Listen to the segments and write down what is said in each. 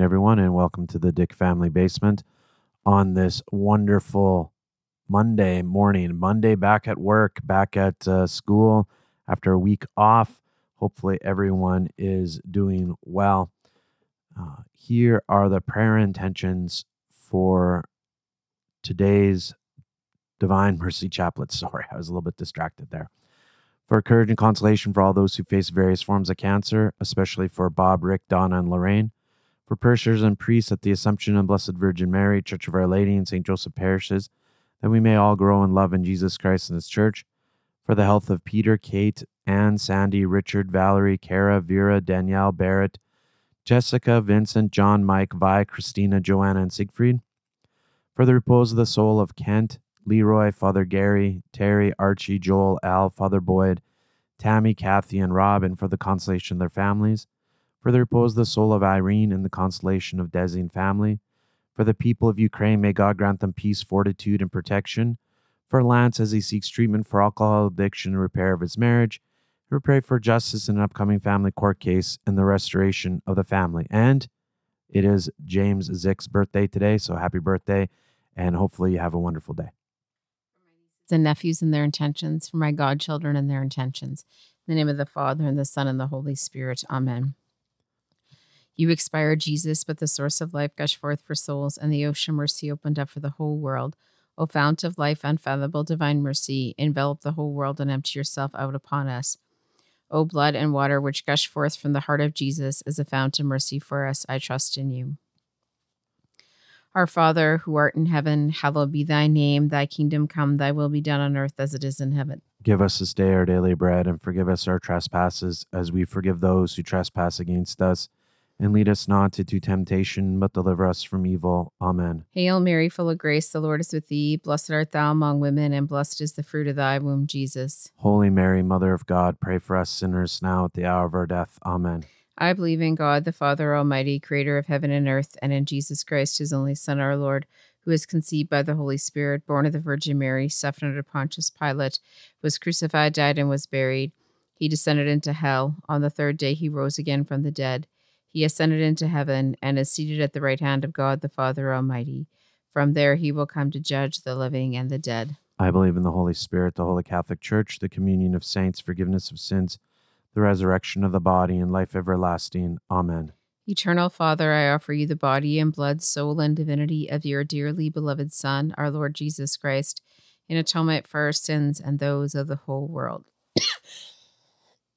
everyone, and welcome to the Dick Family Basement on this wonderful Monday morning. Monday back at work, back at uh, school after a week off. Hopefully, everyone is doing well. Uh, here are the prayer intentions for today's Divine Mercy Chaplet. Sorry, I was a little bit distracted there. For courage and consolation for all those who face various forms of cancer, especially for Bob, Rick, Donna, and Lorraine. For parishioners and priests at the Assumption and Blessed Virgin Mary, Church of Our Lady, and St. Joseph parishes, that we may all grow in love in Jesus Christ and His Church. For the health of Peter, Kate, Anne, Sandy, Richard, Valerie, Kara, Vera, Danielle, Barrett, Jessica, Vincent, John, Mike, Vi, Christina, Joanna, and Siegfried. For the repose of the soul of Kent, Leroy, Father Gary, Terry, Archie, Joel, Al, Father Boyd, Tammy, Kathy, and Rob, and for the consolation of their families. For the repose of the soul of Irene and the consolation of Desi and family. For the people of Ukraine, may God grant them peace, fortitude, and protection. For Lance as he seeks treatment for alcohol addiction and repair of his marriage. We pray for justice in an upcoming family court case and the restoration of the family. And it is James Zick's birthday today, so happy birthday, and hopefully you have a wonderful day. and nephews and their intentions, for my godchildren and their intentions. In the name of the Father, and the Son, and the Holy Spirit. Amen. You expire, Jesus, but the source of life gush forth for souls, and the ocean mercy opened up for the whole world. O fount of life, unfathomable divine mercy, envelop the whole world and empty yourself out upon us. O blood and water which gush forth from the heart of Jesus as a fount of mercy for us, I trust in you. Our Father, who art in heaven, hallowed be thy name. Thy kingdom come, thy will be done on earth as it is in heaven. Give us this day our daily bread, and forgive us our trespasses, as we forgive those who trespass against us. And lead us not into temptation, but deliver us from evil. Amen. Hail Mary, full of grace, the Lord is with thee. Blessed art thou among women, and blessed is the fruit of thy womb, Jesus. Holy Mary, Mother of God, pray for us sinners now at the hour of our death. Amen. I believe in God, the Father Almighty, creator of heaven and earth, and in Jesus Christ, his only Son, our Lord, who was conceived by the Holy Spirit, born of the Virgin Mary, suffered under Pontius Pilate, was crucified, died, and was buried. He descended into hell. On the third day, he rose again from the dead. He ascended into heaven and is seated at the right hand of God, the Father Almighty. From there, he will come to judge the living and the dead. I believe in the Holy Spirit, the Holy Catholic Church, the communion of saints, forgiveness of sins, the resurrection of the body, and life everlasting. Amen. Eternal Father, I offer you the body and blood, soul and divinity of your dearly beloved Son, our Lord Jesus Christ, in atonement for our sins and those of the whole world.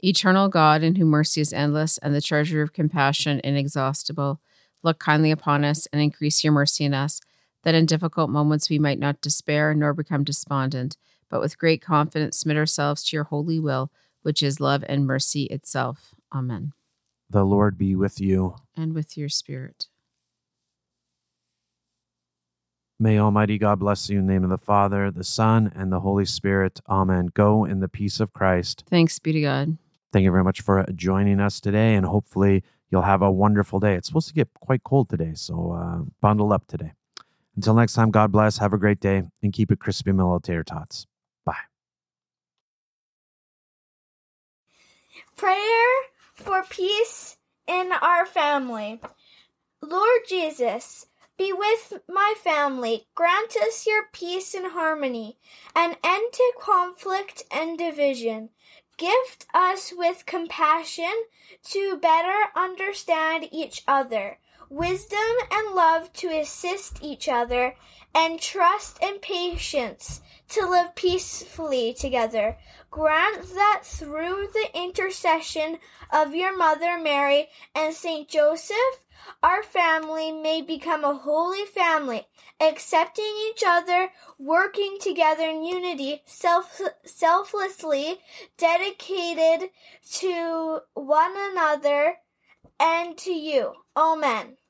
Eternal God, in whom mercy is endless and the treasure of compassion inexhaustible, look kindly upon us and increase your mercy in us, that in difficult moments we might not despair nor become despondent, but with great confidence submit ourselves to your holy will, which is love and mercy itself. Amen. The Lord be with you. And with your spirit. May Almighty God bless you in the name of the Father, the Son, and the Holy Spirit. Amen. Go in the peace of Christ. Thanks be to God. Thank you very much for uh, joining us today, and hopefully you'll have a wonderful day. It's supposed to get quite cold today, so uh, bundle up today. Until next time, God bless, have a great day, and keep it crispy military tots. Prayer for peace in our family. Lord Jesus, be with my family. Grant us your peace and harmony, an end to conflict and division. Gift us with compassion to better understand each other, wisdom and love to assist each other, and trust and patience to live peacefully together. Grant that through the intercession of your Mother Mary and Saint Joseph, our family may become a holy family, accepting each other, working together in unity, self- selflessly, dedicated to one another and to you. Amen.